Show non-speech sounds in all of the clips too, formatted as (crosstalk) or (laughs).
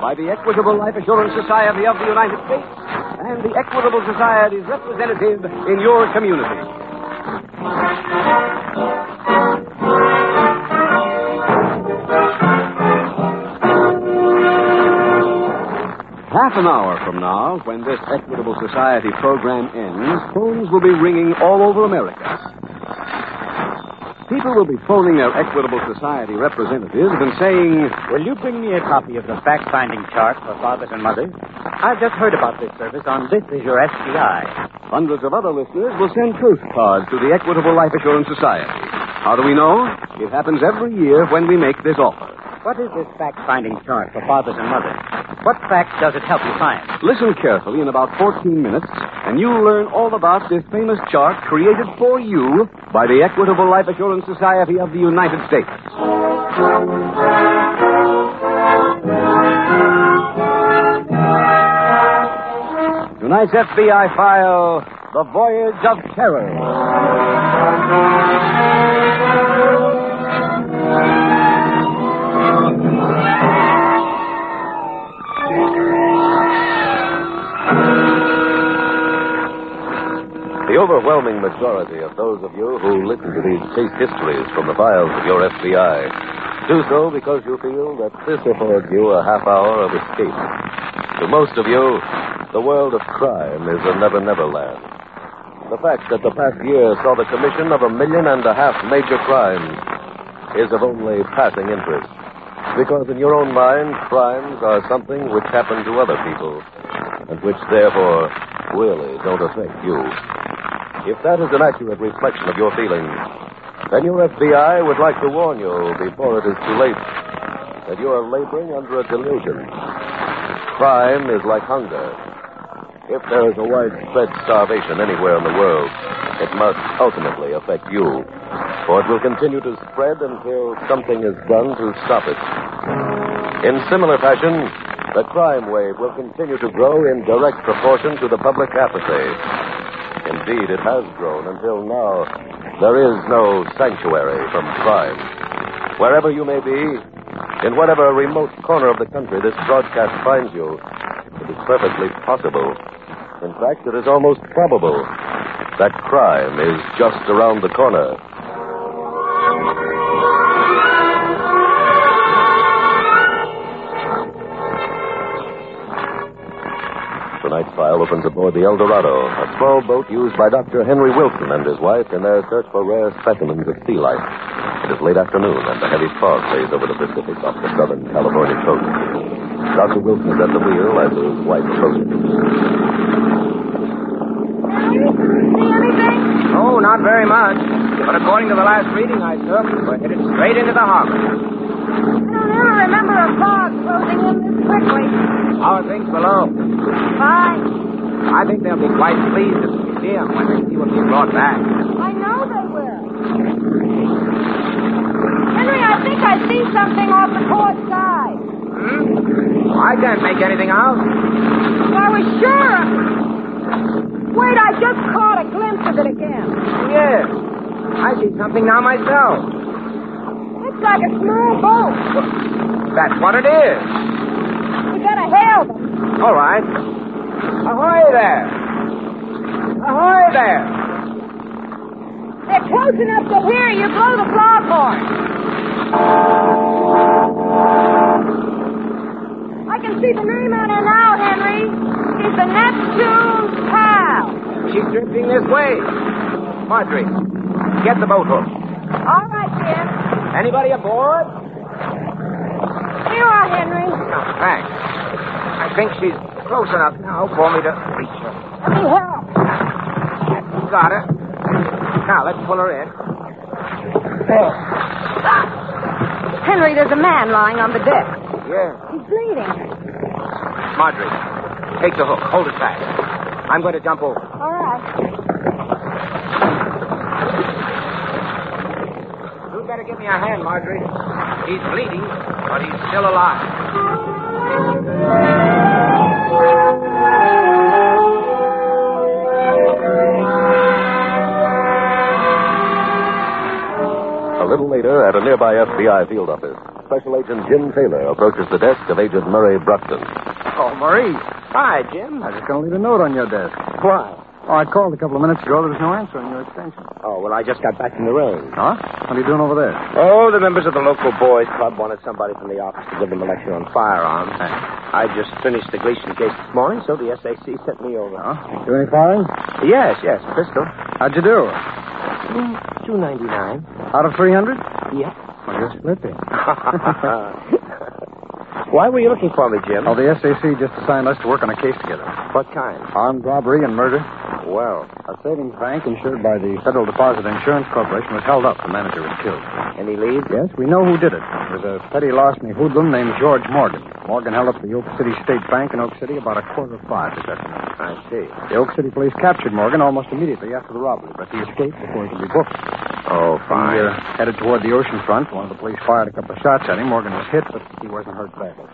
by the Equitable Life Assurance Society of the United States and the Equitable Society's representative in your community. Half an hour from now, when this Equitable Society program ends, phones will be ringing all over America. People will be phoning their Equitable Society representatives and saying, Will you bring me a copy of the fact finding chart for fathers and mothers? I've just heard about this service on This Is Your FBI. Hundreds of other listeners will send postcards to the Equitable Life Assurance Society. How do we know? It happens every year when we make this offer. What is this fact finding chart for fathers and mothers? What facts does it help you find? Listen carefully in about 14 minutes, and you'll learn all about this famous chart created for you by the Equitable Life Assurance Society of the United States. Tonight's FBI file The Voyage of Terror. The overwhelming majority of those of you who listen to these case histories from the files of your FBI do so because you feel that this affords you a half hour of escape. To most of you, the world of crime is a never never land. The fact that the past year saw the commission of a million and a half major crimes is of only passing interest. Because in your own mind, crimes are something which happen to other people, and which therefore really don't affect you. If that is an accurate reflection of your feelings, then your FBI would like to warn you before it is too late that you are laboring under a delusion. Crime is like hunger. If there is a widespread starvation anywhere in the world, it must ultimately affect you, for it will continue to spread until something is done to stop it. In similar fashion, the crime wave will continue to grow in direct proportion to the public apathy. Indeed, it has grown until now. There is no sanctuary from crime. Wherever you may be, in whatever remote corner of the country this broadcast finds you, it is perfectly possible. In fact, it is almost probable that crime is just around the corner. Tonight's file opens aboard the El Dorado, a small boat used by Dr. Henry Wilson and his wife in their search for rare specimens of sea life. It is late afternoon, and a heavy fog lays over the Pacific off the southern California coast. Dr. Wilson is at the wheel as his wife approaches. Oh, not very much. But according to the last reading I took, we're headed straight into the harbor. I don't ever remember a fog closing in this quickly. How are things below? Fine. I think they'll be quite pleased at the museum when they see what we brought back. I know they will. Henry, I think I see something off the port side. Hmm? I can't make anything out. I was sure. Wait, I just caught a glimpse of it again. Yes. I see something now myself. It's like a small boat. That's what it is. We gotta hail them. All right. Ahoy there. Ahoy there. They're close enough to hear you blow the foghorn. I can see the name on her now, Henry. It's the Neptune Pal. She's drifting this way. Marjorie, get the boat hook. All right, dear. Anybody aboard? Here you are, Henry. No, thanks. I think she's close enough now for me to reach her. Let me help. Got her. Now, let's pull her in. Henry, there's Ah! a man lying on the deck. Yeah. He's bleeding. Marjorie, take the hook. Hold it fast. I'm going to jump over. All right. You better give me a hand, Marjorie. He's bleeding, but he's still alive. A little later, at a nearby FBI field office, Special Agent Jim Taylor approaches the desk of Agent Murray Bruxton. Oh, Marie. Hi, Jim. I was going to leave a note on your desk. Why? Oh, I called a couple of minutes ago. There was no answer on your extension. Oh, well, I just got back from the range. Huh? What are you doing over there? Oh, the members of the local boys club wanted somebody from the office to give them a lecture on firearms. I just finished the Gleason case this morning, so the SAC sent me over. Oh, Huh? Do any firing? Yes, yes, pistol. How'd you do? Two ninety nine. Out of (laughs) 300? Yes. Well, you're (laughs) slipping. Why were you looking for me, Jim? Oh, the SAC just assigned us to work on a case together. (laughs) What kind? Armed robbery and murder. Well, A savings bank insured by the Federal Deposit Insurance Corporation was held up. The manager was killed. any leads? Yes, we know who did it. It was a petty larceny hoodlum named George Morgan. Morgan held up the Oak City State Bank in Oak City about a quarter of five this afternoon. I see. The Oak City police captured Morgan almost immediately after the robbery, but he escaped before he could be booked. Oh, He uh, headed toward the ocean front. One of the police fired a couple of shots at him. Morgan was hit, but he wasn't hurt badly.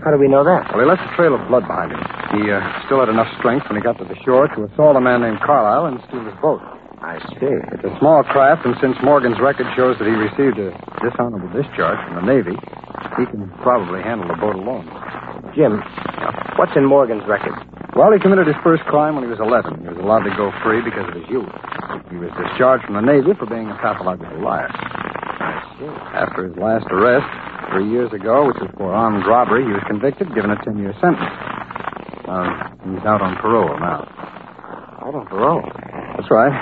How do we know that? Well, he left a trail of blood behind him. He uh, still had enough strength when he got to the shore to assault a man named Carlisle and steal his boat. I see. It's a small craft, and since Morgan's record shows that he received a dishonorable discharge from the Navy, he can probably handle the boat alone. Jim, what's in Morgan's record? Well, he committed his first crime when he was 11. He was allowed to go free because of his youth. He was discharged from the Navy for being a pathological liar. After his last arrest, three years ago, which was for armed robbery, he was convicted, given a 10 year sentence. Um, he's out on parole now. Out on parole. That's right.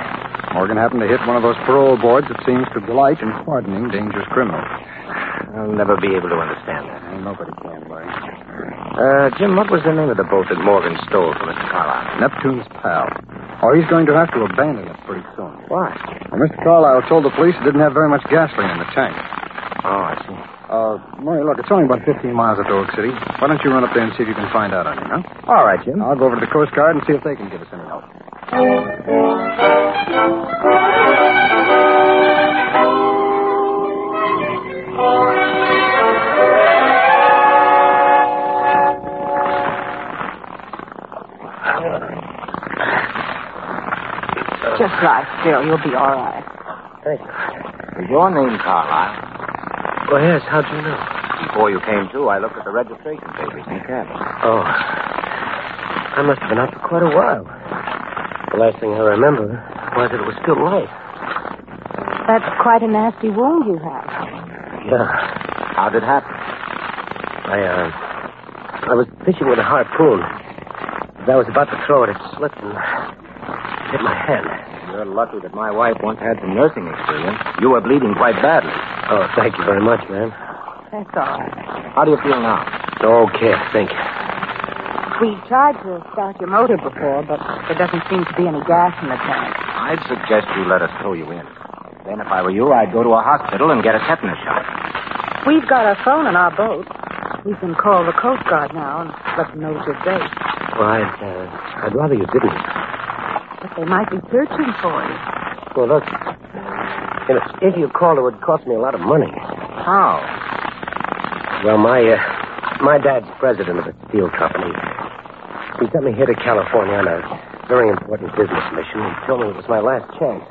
Morgan happened to hit one of those parole boards that seems to delight in pardoning dangerous criminals. I'll never be able to understand that. Ain't nobody can, Larry. Uh, Jim, what was the name of the boat that Morgan stole from Mr. Carlisle? Neptune's pal. Oh, he's going to have to abandon it pretty soon. Why? Well, Mr. Carlisle told the police it didn't have very much gasoline in the tank. Oh, I see. Uh, Murray, look, it's only about 15 miles up to Oak City. Why don't you run up there and see if you can find out on him, huh? All right, Jim. I'll go over to the Coast Guard and see if they can give us any help. Just lie still. You'll be all right. Is your name Carlisle? Well, yes. How'd you know? Before you came to, I looked at the registration papers in cabin. Oh. I must have been out for quite a while. The last thing I remember was that it was still light. That's quite a nasty wound you have. Yeah. How did it happen? I, uh, I was fishing with a harpoon. As I was about to throw it, it slipped and hit my hand. You're lucky that my wife once had some nursing experience. You were bleeding quite badly. Oh, thank you very much, ma'am. That's all right. How do you feel now? Okay, thank you. We tried to start your motor before, but there doesn't seem to be any gas in the tank. I'd suggest you let us tow you in. Then, if I were you, I'd go to a hospital and get a tetanus shot. We've got our phone in our boat. We can call the Coast Guard now and let them know what you're safe. Well, I'd, uh, I'd rather you didn't. But they might be searching for you. Well, look. if you called, it would cost me a lot of money. How? Well, my uh, my dad's president of a steel company. He sent me here to California on a very important business mission. He told me it was my last chance.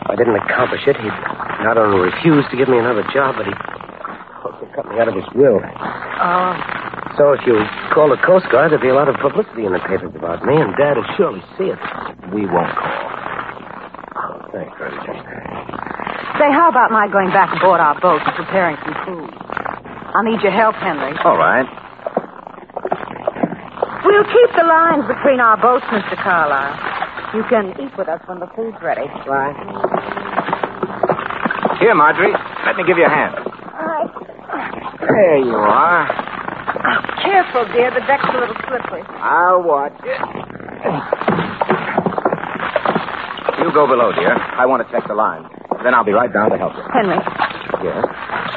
If I didn't accomplish it, he'd not only refuse to give me another job, but he also cut me out of his will. Oh, So if you call the Coast Guard, there'll be a lot of publicity in the papers about me, and Dad will surely see it. We won't call. Oh, thanks, Rosie. say, how about my going back aboard our boat and preparing some food? I'll need your help, Henry. All right. We'll keep the lines between our boats, Mr. Carlisle. You can eat with us when the food's ready. Why? Here, Marjorie. Let me give you a hand. All right. There you are. Careful, dear. The deck's a little slippery. I'll watch. You go below, dear. I want to check the line. Then I'll be right down to help you. Henry, Yes?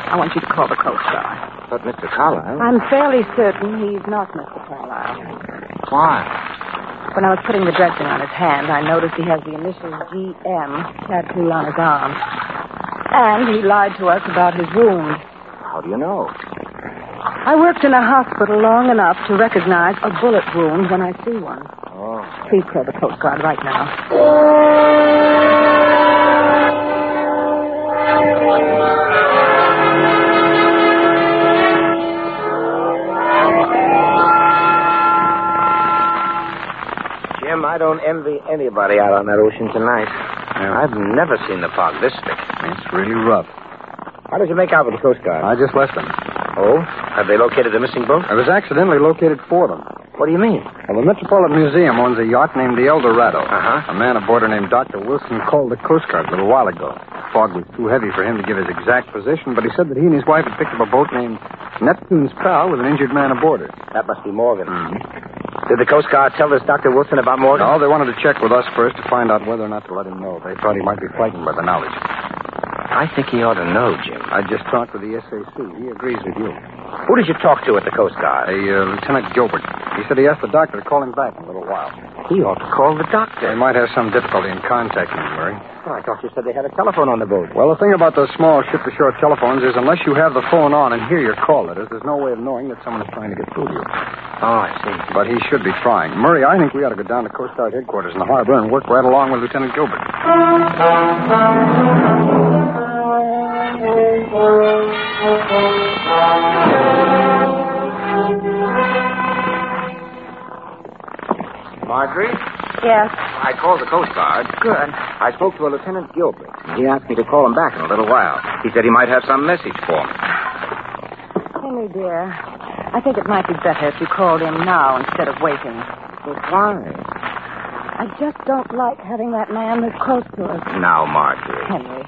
I want you to call the Coast Guard. But Mr. Carlyle? I'm fairly certain he's not Mr. Carlyle. Why? When I was putting the dressing on his hand, I noticed he has the initial GM tattooed on his arm. And he lied to us about his wound. How do you know? I worked in a hospital long enough to recognize a bullet wound when I see one. Oh. Please call the Coast Guard right now. Jim, I don't envy anybody out on that ocean tonight. I've never seen the fog this thick. It's really rough. How did you make out with the Coast Guard? I just left them. Oh? Have they located the missing boat? I was accidentally located for them. What do you mean? Well, the Metropolitan Museum owns a yacht named the Eldorado. Uh-huh. A man aboard her named Dr. Wilson called the Coast Guard a little while ago. The fog was too heavy for him to give his exact position, but he said that he and his wife had picked up a boat named Neptune's Prow with an injured man aboard her. That must be Morgan. Did the Coast Guard tell this Dr. Wilson about Morgan? No, they wanted to check with us first to find out whether or not to let him know. They thought he might be frightened by the knowledge. I think he ought to know, Jim. I just talked with the SAC. He agrees with you. Who did you talk to at the Coast Guard? A uh, Lieutenant Gilbert. He said he asked the doctor to call him back in a little while. He ought to call the doctor. They might have some difficulty in contacting him, Murray. Well, I thought you said they had a telephone on the boat. Well, the thing about those small ship-to-shore telephones is unless you have the phone on and hear your call letters, there's no way of knowing that someone is trying to get through to you. Oh, I see. Ah, But he should be trying. Murray, I think we ought to go down to Coast Guard headquarters in the harbor and work right along with Lieutenant Gilbert. Marjorie, Yes, I called the Coast Guard. good. I spoke to a Lieutenant Gilbert. He asked me to call him back in a little while. He said he might have some message for me. Henry, dear, I think it might be better if you called in now instead of waiting. But why? I just don't like having that man this close to us. Now, Marjorie. Henry,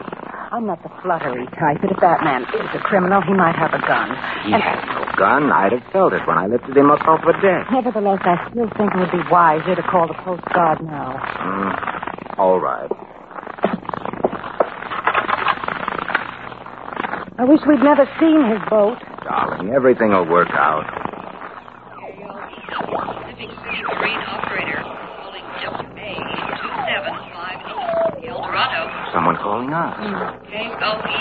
I'm not the fluttery type, but if that man is a criminal, he might have a gun. He And- had no gun. I'd have felt it when I lifted him up off the deck. Nevertheless, I still think it would be wiser to call the Coast Guard now. Mm. All right. I wish we'd never seen his boat. Darling, everything will work out. Pacific Sea Marine operator, calling WA275 Eldorado. Someone calling us. KOE,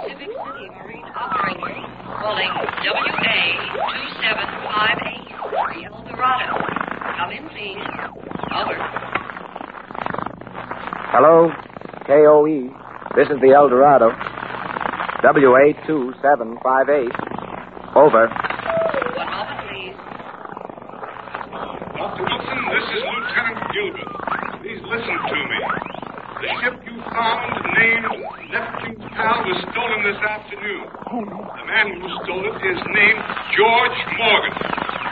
Pacific City Marine operator, calling WA275 Eldorado. Come in, please. Over. Hello? KOE. This is the Eldorado. WA275A. Over. One moment, please. Dr. Wilson, this is Lieutenant Gilbert. Please listen to me. The ship you found named Neptune's Pal was stolen this afternoon. The man who stole it is named George Morgan.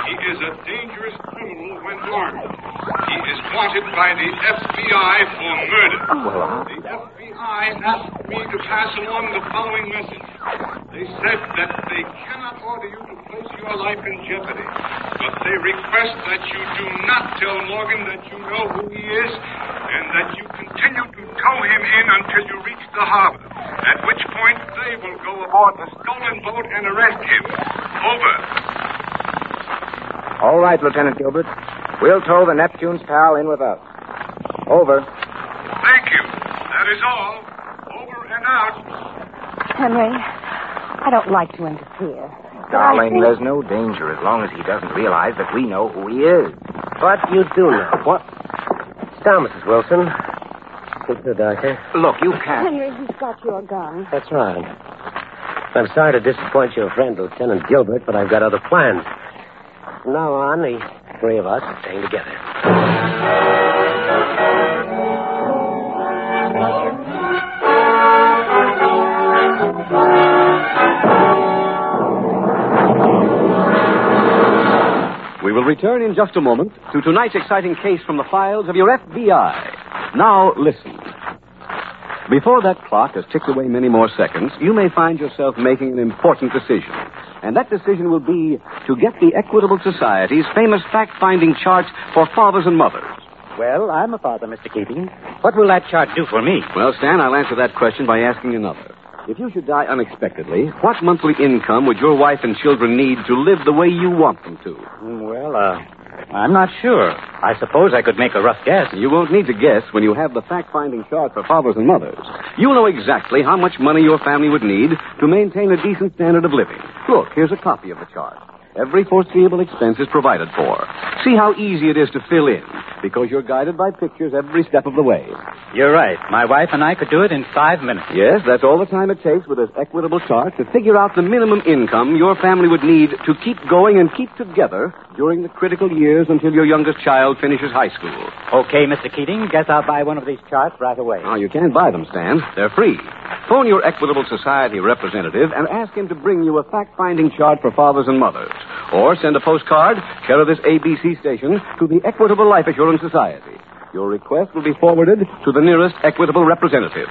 He is a dangerous criminal when armed. He is wanted by the FBI for murder. The FBI asked me to pass along the following message. They said that they cannot order you to place your life in jeopardy, but they request that you do not tell Morgan that you know who he is and that you continue to tow him in until you reach the harbor, at which point they will go aboard the stolen boat and arrest him. Over. All right, Lieutenant Gilbert. We'll tow the Neptune's pal in with us. Over. Thank you. That is all. Over and out. Henry, I don't like to interfere. but I Darling, think- there's no danger as long as he doesn't realize that we know who he is. But you do know. What? Down, Mrs. Wilson. Speak to the doctor. Look, you can't. Henry, he's got your gun. That's right. I'm sorry to disappoint your friend, Lieutenant Gilbert, but I've got other plans. From now on, the three of us are staying together. We will return in just a moment to tonight's exciting case from the files of your FBI. Now, listen. Before that clock has ticked away many more seconds, you may find yourself making an important decision. And that decision will be to get the Equitable Society's famous fact finding chart for fathers and mothers. Well, I'm a father, Mr. Keating. What will that chart do for me? Well, Stan, I'll answer that question by asking another. If you should die unexpectedly, what monthly income would your wife and children need to live the way you want them to? Well, uh, I'm not sure. I suppose I could make a rough guess. You won't need to guess when you have the fact finding chart for fathers and mothers. You'll know exactly how much money your family would need to maintain a decent standard of living. Look, here's a copy of the chart. Every foreseeable expense is provided for. See how easy it is to fill in, because you're guided by pictures every step of the way. You're right. My wife and I could do it in five minutes. Yes, that's all the time it takes with this equitable chart to figure out the minimum income your family would need to keep going and keep together during the critical years until your youngest child finishes high school. Okay, Mr. Keating, guess I'll buy one of these charts right away. Now, Ah, you can't buy them, Stan. They're free. Phone your Equitable Society representative and ask him to bring you a fact finding chart for fathers and mothers. Or send a postcard, care of this ABC station, to the Equitable Life Assurance Society. Your request will be forwarded to the nearest Equitable representative.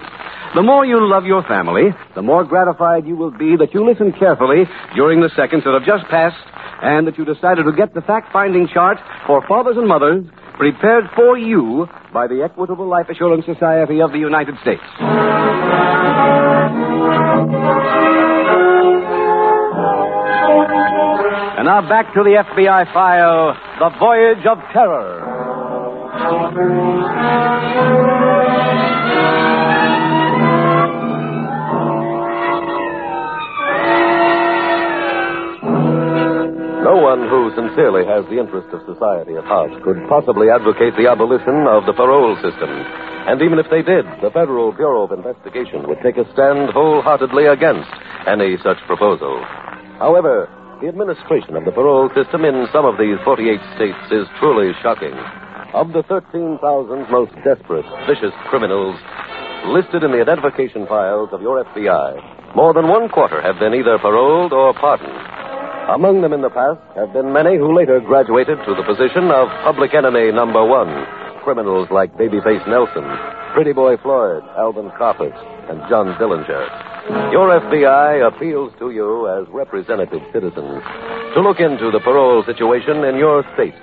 The more you love your family, the more gratified you will be that you listened carefully during the seconds that have just passed and that you decided to get the fact finding chart for fathers and mothers prepared for you by the Equitable Life Assurance Society of the United States. And now back to the FBI file The Voyage of Terror. No one who sincerely has the interest of society at heart could possibly advocate the abolition of the parole system. And even if they did, the Federal Bureau of Investigation would take a stand wholeheartedly against any such proposal. However, the administration of the parole system in some of these 48 states is truly shocking. Of the 13,000 most desperate, vicious criminals listed in the identification files of your FBI, more than one quarter have been either paroled or pardoned. Among them in the past have been many who later graduated to the position of public enemy number one. Criminals like Babyface Nelson, Pretty Boy Floyd, Alvin Coppers, and John Dillinger. Your FBI appeals to you as representative citizens to look into the parole situation in your state.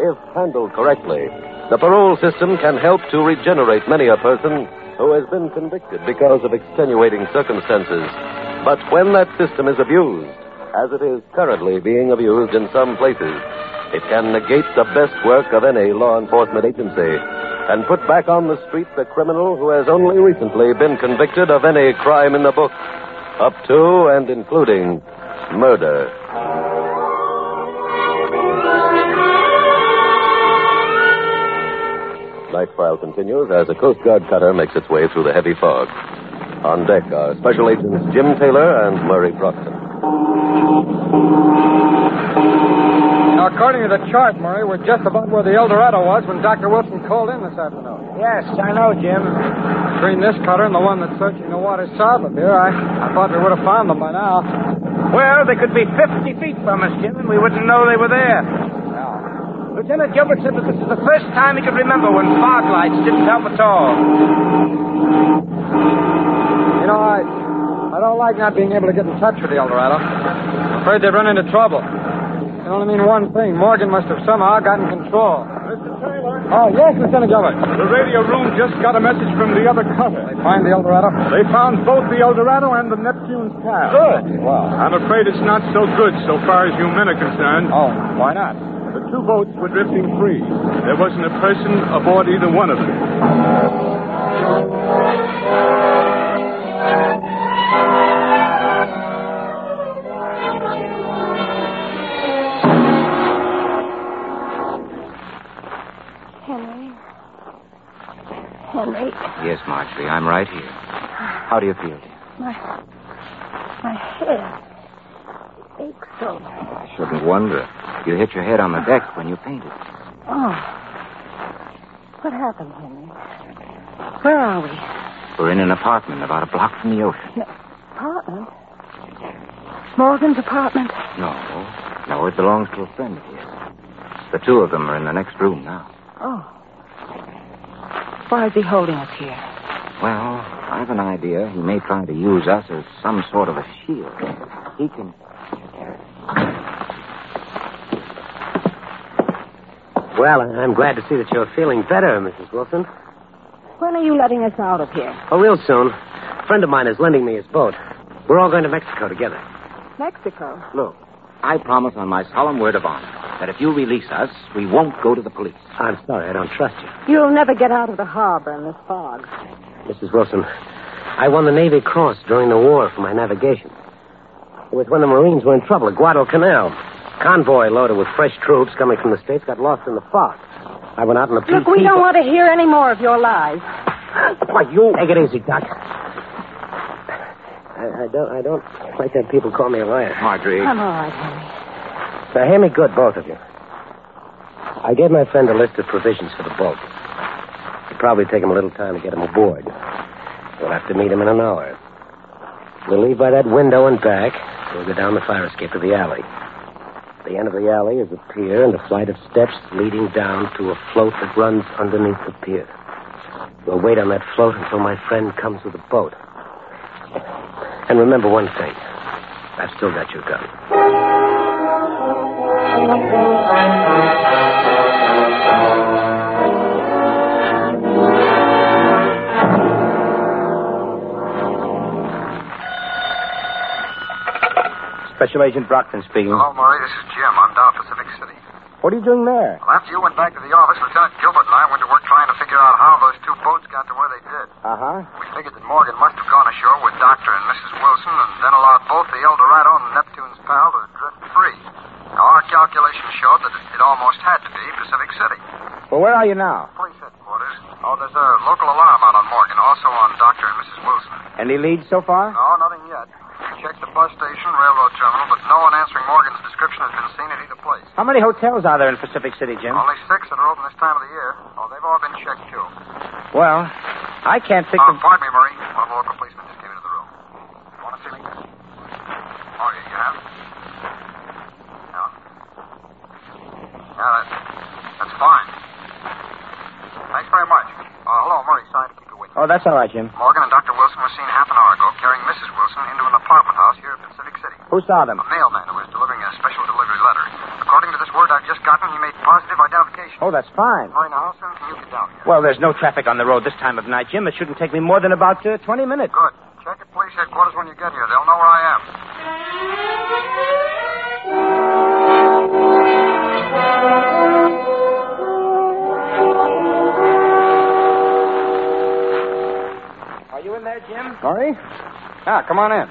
If handled correctly, the parole system can help to regenerate many a person who has been convicted because of extenuating circumstances. But when that system is abused, as it is currently being abused in some places, it can negate the best work of any law enforcement agency and put back on the street the criminal who has only recently been convicted of any crime in the book, up to and including murder. Nightfile continues as a Coast Guard cutter makes its way through the heavy fog. On deck are Special Agents Jim Taylor and Murray Brockton. Now, according to the chart, Murray, we're just about where the El Dorado was when Dr. Wilson called in this afternoon. Yes, I know, Jim. Between this cutter and the one that's searching the waters south of here, I, I thought we would have found them by now. Well, they could be 50 feet from us, Jim, and we wouldn't know they were there. Lieutenant Gilbert said that this is the first time he could remember when fog lights didn't help at all. You know, I, I don't like not being able to get in touch with the El Dorado. I'm afraid they've run into trouble. It only mean one thing. Morgan must have somehow gotten control. Mr. Taylor, Oh, yes, Lieutenant Gilbert. the radio room just got a message from the other cutter. Find the El Dorado. They found both the El Dorado and the Neptune's path. Good. Wow. I'm afraid it's not so good so far as you men are concerned. Oh, why not? Uh, The two boats were drifting free. There wasn't a person aboard either one of them. Henry. Henry, Yes, Marjorie, I'm right here. How do you feel, dear? my my head aches so. I shouldn't wonder. You hit your head on the deck when you fainted. Oh. What happened, Henry? Where are we? We're in an apartment about a block from the ocean. Apartment? Morgan's apartment? No. No, it belongs to a friend of his. The two of them are in the next room now. Oh. Why is he holding us here? Well, I have an idea. He may try to use us as some sort of a shield. He can. Well, I- I'm glad to see that you're feeling better, Mrs. Wilson. When are you letting us out of here? Oh, real soon. A friend of mine is lending me his boat. We're all going to Mexico together. Mexico. Look, I promise on my solemn word of honor that if you release us, we won't go to the police. I'm sorry, I don't trust you. You'll never get out of the harbor in this fog. Mrs. Wilson, I won the Navy Cross during the war for my navigation. It was when the Marines were in trouble at Guadalcanal. Convoy loaded with fresh troops coming from the States got lost in the fog. I went out in the Look, we don't want to hear any more of your lies. Why, you... Take it easy, Doc. I, I don't I don't like that people call me a liar. Marjorie. I'm all right, Henry. Now, hear me good, both of you. I gave my friend a list of provisions for the boat. It'll probably take him a little time to get him aboard. We'll have to meet him in an hour. We'll leave by that window and back. We'll go down the fire escape to the alley. At the end of the alley is a pier and a flight of steps leading down to a float that runs underneath the pier. We'll wait on that float until my friend comes with the boat. And remember one thing. I've still got your gun. Special Agent Brockton speaking. Hello, Murray. This is Jim. I'm down at Pacific City. What are you doing there? Well, after you went back to the office, Lieutenant Gilbert and I went to work trying to figure out how those two boats got to where they did. Uh huh. We figured that Morgan must have gone ashore with Doctor and Mrs. Wilson and then allowed both the Eldorado and Neptune's pal to drift free. Now, our calculations showed that it almost had to be Pacific City. Well, where are you now? Police headquarters. Oh, there's a local alarm out on Morgan, also on Doctor and Mrs. Wilson. Any leads so far? No, nothing yet. We checked the bus station, railroad terminal, but no one answering Morgan's description has been seen at either place. How many hotels are there in Pacific City, Jim? Only six that are open this time of the year. Oh, they've all been checked, too. Well, I can't think Oh, of. pardon me, Marie. One of the local policemen just came into the room. Want to see me? Oh, yeah, you have? No. Yeah, that, that's fine. Thanks very much. Uh, hello, Murray. Sorry to keep you waiting. Oh, that's all right, Jim. Morgan and Dr. Wilson were seen half an hour ago carrying Mrs. Wilson into an apartment house here in Pacific City. Who saw them? A mailman who was delivering a special delivery letter. According to this word I've just gotten, he made positive identification. Oh, that's fine. Murray, now, how soon can you get down here? Well, there's no traffic on the road this time of night, Jim. It shouldn't take me more than about uh, 20 minutes. Good. Check at police headquarters when you get here. They'll know where I am. Are you in there, Jim? Murray? Ah, come on in.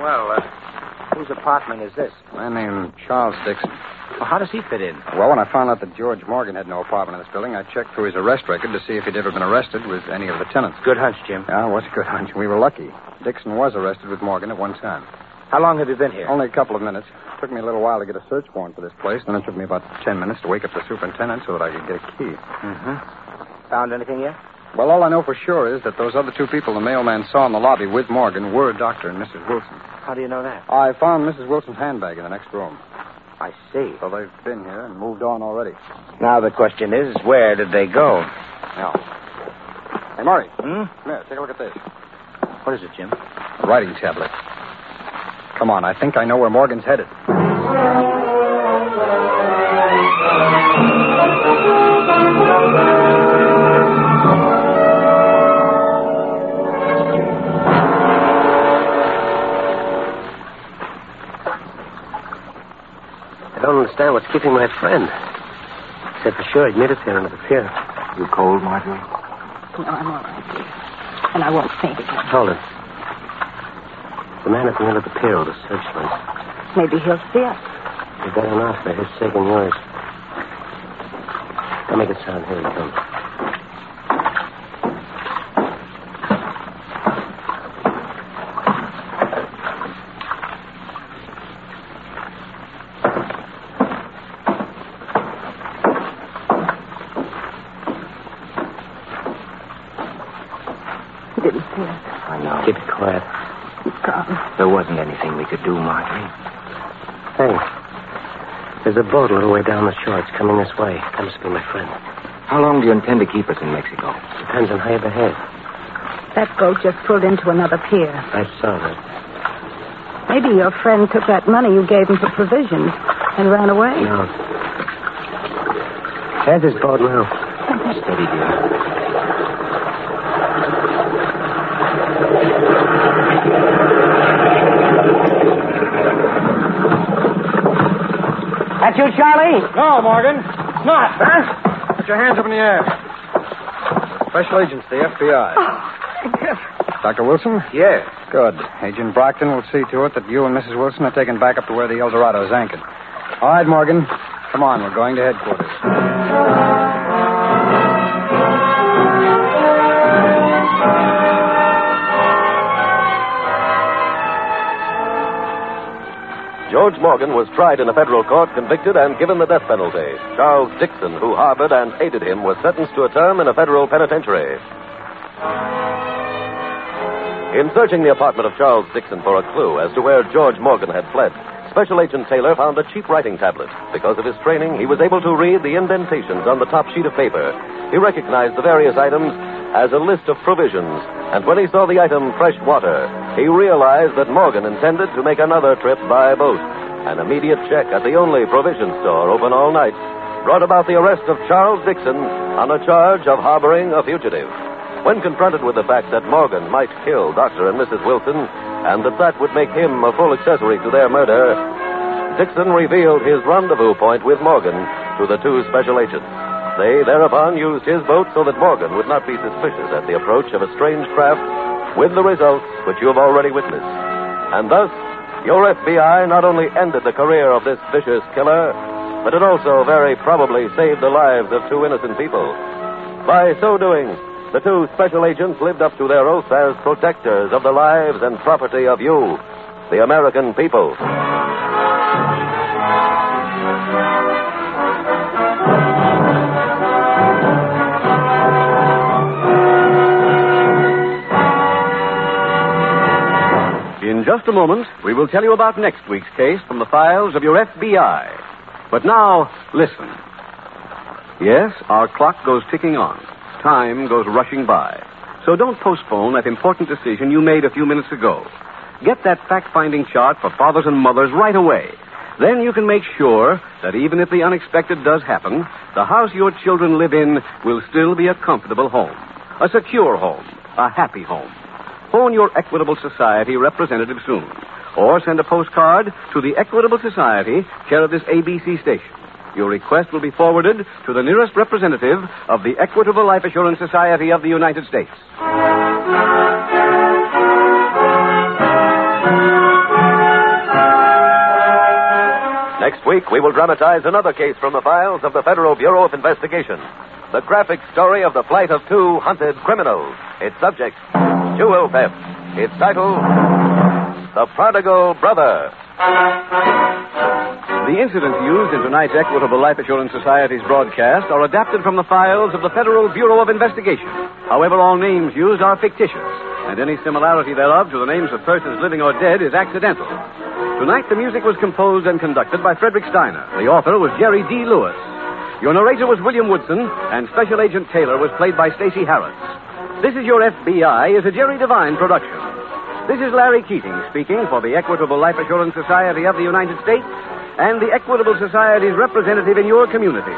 Well, uh, whose apartment is this? My name's Charles Dixon. Well, how does he fit in? Well, when I found out that George Morgan had no apartment in this building, I checked through his arrest record to see if he'd ever been arrested with any of the tenants. Good hunch, Jim. Yeah, it was a good hunch. We were lucky. Dixon was arrested with Morgan at one time. How long have you been here? Only a couple of minutes. Took me a little while to get a search warrant for this place, then it took me about ten minutes to wake up the superintendent so that I could get a key. Mm-hmm. Found anything yet? Well, all I know for sure is that those other two people the mailman saw in the lobby with Morgan were Doctor and Mrs. Wilson. How do you know that? I found Mrs. Wilson's handbag in the next room. I see. So they've been here and moved on already. Now the question is, where did they go? Now. Hey, Murray. Hmm? Come here. Take a look at this. What is it, Jim? A writing tablet. Come on. I think I know where Morgan's headed. I don't understand what's keeping my friend. Said for sure he'd meet us here under the pier. You cold, Marjorie? No, I'm all right, dear. And I won't faint again. Hold it. The man at the end of the pier with a searchlight. Maybe he'll see us. You better not, for his sake and yours. Don't make a sound. Here he comes. He didn't see us. I know. Keep it quiet. He's gone. There wasn't anything we could do, Marjorie. Hey, there's a boat a little way down the shore. It's coming this way. That must be my friend. How long do you intend to keep us in Mexico? Depends on how you behave. That boat just pulled into another pier. I saw that. Maybe your friend took that money you gave him for provisions and ran away. No. There's his boat now. Steady, dear. That you, Charlie? No, Morgan. It's not. Huh? Put your hands up in the air. Special agents, the FBI. Dr. Wilson? Yes. Good. Agent Brockton will see to it that you and Mrs. Wilson are taken back up to where the Eldorado is anchored. All right, Morgan. Come on, we're going to headquarters. George Morgan was tried in a federal court, convicted, and given the death penalty. Charles Dixon, who harbored and aided him, was sentenced to a term in a federal penitentiary. In searching the apartment of Charles Dixon for a clue as to where George Morgan had fled, Special Agent Taylor found a cheap writing tablet. Because of his training, he was able to read the indentations on the top sheet of paper. He recognized the various items as a list of provisions, and when he saw the item fresh water, he realized that Morgan intended to make another trip by boat. An immediate check at the only provision store open all night brought about the arrest of Charles Dixon on a charge of harboring a fugitive. When confronted with the fact that Morgan might kill Dr. and Mrs. Wilson, and that that would make him a full accessory to their murder, Dixon revealed his rendezvous point with Morgan to the two special agents. They thereupon used his boat so that Morgan would not be suspicious at the approach of a strange craft, with the results which you have already witnessed. And thus, your FBI not only ended the career of this vicious killer, but it also very probably saved the lives of two innocent people. By so doing, the two special agents lived up to their oath as protectors of the lives and property of you, the American people. In just a moment, we will tell you about next week's case from the files of your FBI. But now, listen. Yes, our clock goes ticking on. Time goes rushing by. So don't postpone that important decision you made a few minutes ago. Get that fact finding chart for fathers and mothers right away. Then you can make sure that even if the unexpected does happen, the house your children live in will still be a comfortable home, a secure home, a happy home. Phone your Equitable Society representative soon, or send a postcard to the Equitable Society, care of this ABC station. Your request will be forwarded to the nearest representative of the Equitable Life Assurance Society of the United States. Next week, we will dramatize another case from the files of the Federal Bureau of Investigation. The graphic story of the flight of two hunted criminals. Its subject, jewel theft. Its title, The Prodigal Brother. The incidents used in tonight's Equitable Life Assurance Society's broadcast are adapted from the files of the Federal Bureau of Investigation. However, all names used are fictitious, and any similarity thereof to the names of persons living or dead is accidental. Tonight, the music was composed and conducted by Frederick Steiner. The author was Jerry D. Lewis. Your narrator was William Woodson, and Special Agent Taylor was played by Stacy Harris. This is Your FBI is a Jerry Devine production. This is Larry Keating speaking for the Equitable Life Assurance Society of the United States and the Equitable Society's representative in your community,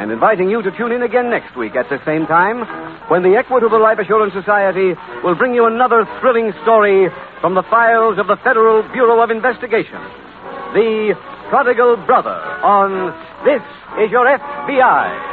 and inviting you to tune in again next week at the same time when the Equitable Life Assurance Society will bring you another thrilling story from the files of the Federal Bureau of Investigation The Prodigal Brother on This Is Your FBI.